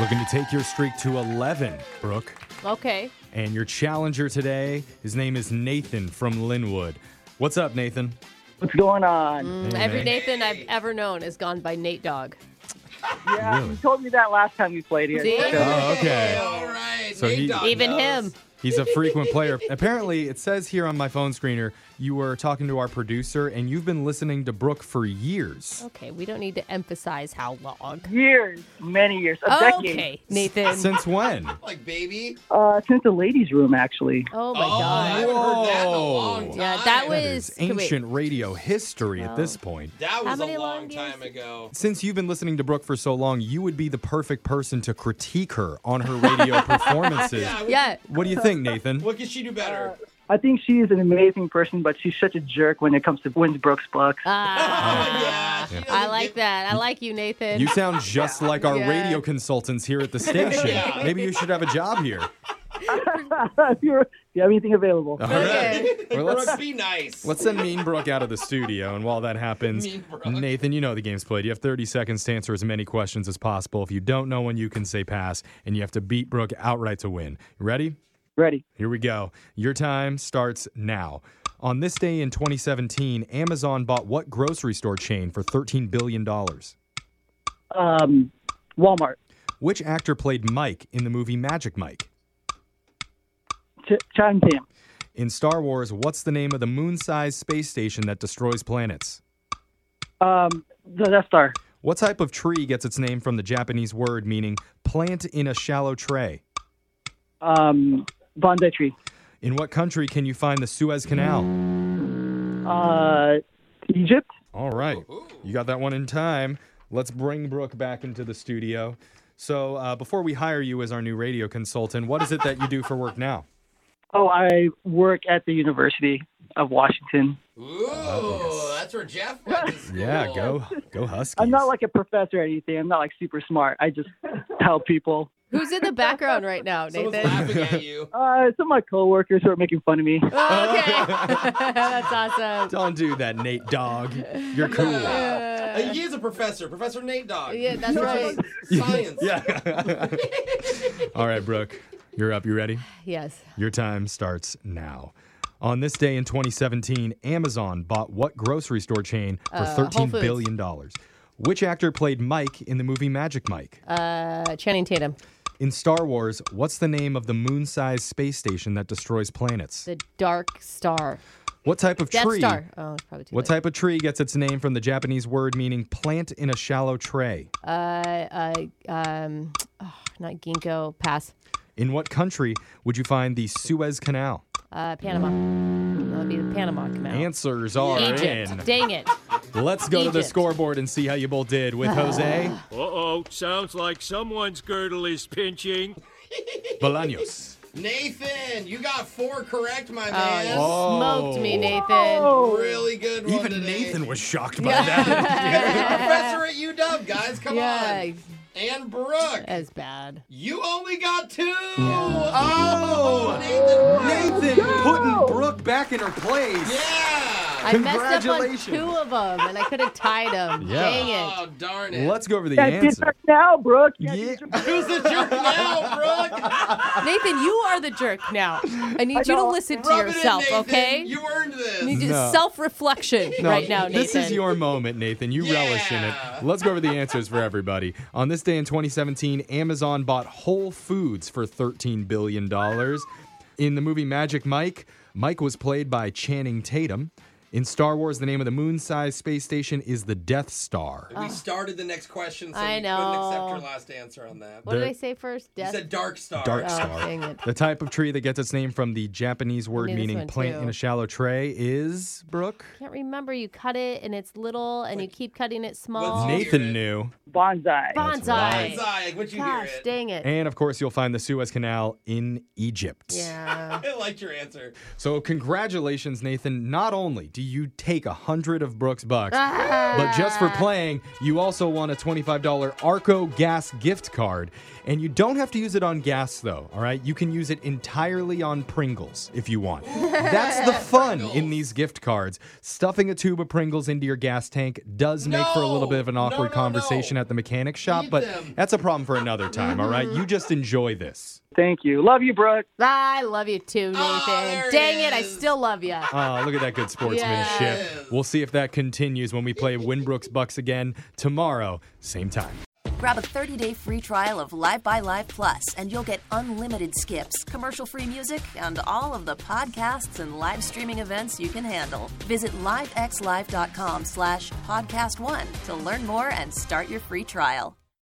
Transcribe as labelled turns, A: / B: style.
A: Looking to take your streak to 11, Brooke.
B: Okay.
A: And your challenger today, his name is Nathan from Linwood. What's up, Nathan?
C: What's going on?
B: Mm,
A: Hey,
B: Every
A: Nate.
B: Nathan I've ever known is gone by Nate Dog.
C: Yeah,
A: Really?
C: you told me that last time we played here.
B: See?
C: So,
A: Oh, okay.
D: All right.
A: So
D: Nate
A: he-
D: Dogg
B: Even
D: knows.
B: him.
A: He's a frequent player. Apparently, it says here on my phone screener, you were talking to our producer and you've been listening to Brooke for years.
B: Okay, we don't need to emphasize how long.
C: years, many years, a decade.
B: Okay, Nathan.
A: Since when?
D: Like baby.
C: Uh, since the ladies' room, actually.
B: Oh my
D: oh, I
B: god.
D: haven't heard that in a
A: Whoa.
D: long time.
B: Yeah, that
A: That
B: was-
A: is
B: Wait. Oh.
A: ancient radio history at this point.
D: That was a
B: many
D: long,
B: long years?
D: time ago.
A: Since you've been listening to Brooke for so long, you would be the perfect person to critique her on her radio performances.
D: Yeah. What,
B: Yeah.
A: What do you think, Nathan?
D: what could she do better?
C: I think she is an amazing person, but she's such a jerk when it comes to wins Brooks Bucks.
B: Ah,
D: Oh, yeah. she
B: I
D: doesn't
B: like
D: give-
B: that. I like you, Nathan.
A: You sound just like our
B: Yeah.
A: radio consultants here at the station.
D: Yeah.
A: Maybe you should have a job here.
C: if you're, do you have anything available?
D: Uh-huh.
A: All
B: Okay.
A: right. Well,
D: Brooke,
A: let's,
D: be nice.
A: let's send Mean Brooke out of the studio. And while that happens,
D: Mean Brooke.
A: Nathan, you know the game's played. You have 30 seconds to answer as many questions as possible. If you don't know one, you can say pass, and you have to beat Brooke outright to win. Ready?
C: Ready.
A: Here we go. Your time starts now. On this day in 2017, Amazon bought what grocery store chain for $13 billion?
C: Um, Walmart.
A: Which actor played Mike in the movie Magic Mike?
C: Ch- Chime Tam.
A: In Star Wars, what's the name of the moon sized space station that destroys planets?
C: Um, the Death Star.
A: What type of tree gets its name from the Japanese word meaning plant in a shallow tray?
C: Um, Bondi Tree.
A: In what country can you find the Suez Canal?
C: Uh, Egypt.
A: All right. You got that one in time. Let's bring Brooke back into the studio. So, uh, before we hire you as our new radio consultant, what is it that you do for work now?
C: Oh, I work at the University of Washington.
D: Ooh, that's where Jeff went to school.
A: Yeah, go, go Huskies.
C: I'm not like a professor or anything. I'm not like super smart. I just help people.
B: Who's in the background right now,
D: Someone's
B: Nathan?
D: laughing at you.
C: Uh, some of my coworkers who are making fun of me.
B: Okay. That's awesome.
A: Don't do that, Nate Dog. You're cool.
D: Yeah. Uh, he is a professor, Professor Nate Dog.
B: Yeah, that's right.
D: Science.
A: Yeah. All right, Brooke, you're up. You ready?
B: Yes.
A: Your time starts now. On this day in 2017, Amazon bought what grocery store chain for
B: Uh, Whole
A: thirteen billion
B: Foods.
A: dollars? Which actor played Mike in the movie Magic Mike?
B: Uh, Channing Tatum.
A: in Star Wars, what's the name of the moon-sized space station that destroys planets?
B: The Dark Star.
A: What type of
B: Death
A: tree?
B: Star. Oh, it's probably too
A: What
B: late.
A: type of tree gets its name from the Japanese word meaning plant in a shallow tray?
B: Uh, uh, um, oh, not Ginkgo. Pass.
A: In what country would you find the Suez Canal?
B: Uh, Panama. That'd be the Panama Canal.
A: Answers are in.
B: Egypt. Dang it.
A: Let's go to the
B: Egypt. Ah.
A: scoreboard and see how you both did with Jose
E: Uh oh, sounds like someone's girdle is pinching.
A: Bolaños.
D: Nathan, you got four correct, my
B: Oh,
D: man.
B: you
A: Oh.
B: smoked me, Nathan.
D: Oh, Really good one
A: Even
D: today.
A: Nathan was shocked by that.
D: Professor at UW, guys, come
B: Yeah,
D: on. And Brooke,
B: that's bad.
D: you only got two. Oh, Nathan. Brooke.
A: Nathan putting Brooke back in her place.
D: Yeah.
B: I messed up on
A: Congratulations.
B: two of them, and I could have tied them.
A: Yeah.
B: Dang it.
D: Oh, darn it.
A: Let's go over the
C: Yeah, get
A: answer.
C: back now, Brooke. Yeah,
A: Yeah.
C: get your- I
D: Who's the jerk now, Brooke?
B: Nathan, you are the jerk now. I need
C: I
B: you to
C: know.
B: listen to
D: Rub it in,
B: yourself,
D: Nathan.
B: okay?
D: You earned this.
B: need you
A: No.
B: self reflection
A: No,
B: right now, Nathan.
A: this is your moment, Nathan. You
D: Yeah.
A: relish in it. Let's go over the answers for everybody. On this day in 2017, Amazon bought Whole Foods for $13 billion. In the movie Magic Mike, Mike was played by Channing Tatum. In Star Wars, the name of the moon sized space station is the Death Star.
D: we started the next question, so
B: Ah. I
D: we
B: know.
D: couldn't accept your last answer on that.
B: What did
A: There-
B: I say first?
D: You
B: Death.
D: said Dark Star.
A: Dark
B: Oh,
A: Star.
B: dang it.
A: The type of tree that gets its name from the Japanese word
B: knew this
A: meaning
B: one,
A: plant
B: too.
A: in a shallow tray is, Brooke?
B: Can't remember. You cut it, and it's little, and you keep cutting it small.
D: What's Nate-
A: Nathan knew.
C: Bonsai.
B: Bonsai.
A: right.
D: Zai, like, would you
B: Gosh,
D: hear it?
B: dang it.
A: And of course, you'll find the Suez Canal in Egypt.
B: yeah.
D: I liked your answer.
A: So, congratulations, Nathan. Not only do you take a hundred of Brooks bucks.
B: Ah.
A: But just for playing, you also won a $25 Arco gas gift card. And you don't have to use it on gas, though, all right? You can use it entirely on Pringles if you want. That's the fun in these gift cards. Stuffing a tube of Pringles into your gas tank does make for a little bit of an
D: No,
A: awkward
D: no, no.
A: conversation at the mechanic shop,
D: Eat
A: but
D: them.
A: that's a problem for another time, all right? You just enjoy this.
C: Thank you. Love you, Brooks.
B: I love you too, Nathan.
D: Oh, there it
B: Dang it, I
D: is.
B: still love you.
A: Oh, look at that good sportsmanship.
D: Yes.
A: We'll see if that continues when we play Winbrook's Bucks again tomorrow, same time.
F: Grab a 30-day free trial of Live by Live Plus, and you'll get unlimited skips, commercial-free music, and all of the podcasts and live streaming events you can handle. Visit livexlive.com slash podcast one to learn more and start your free trial.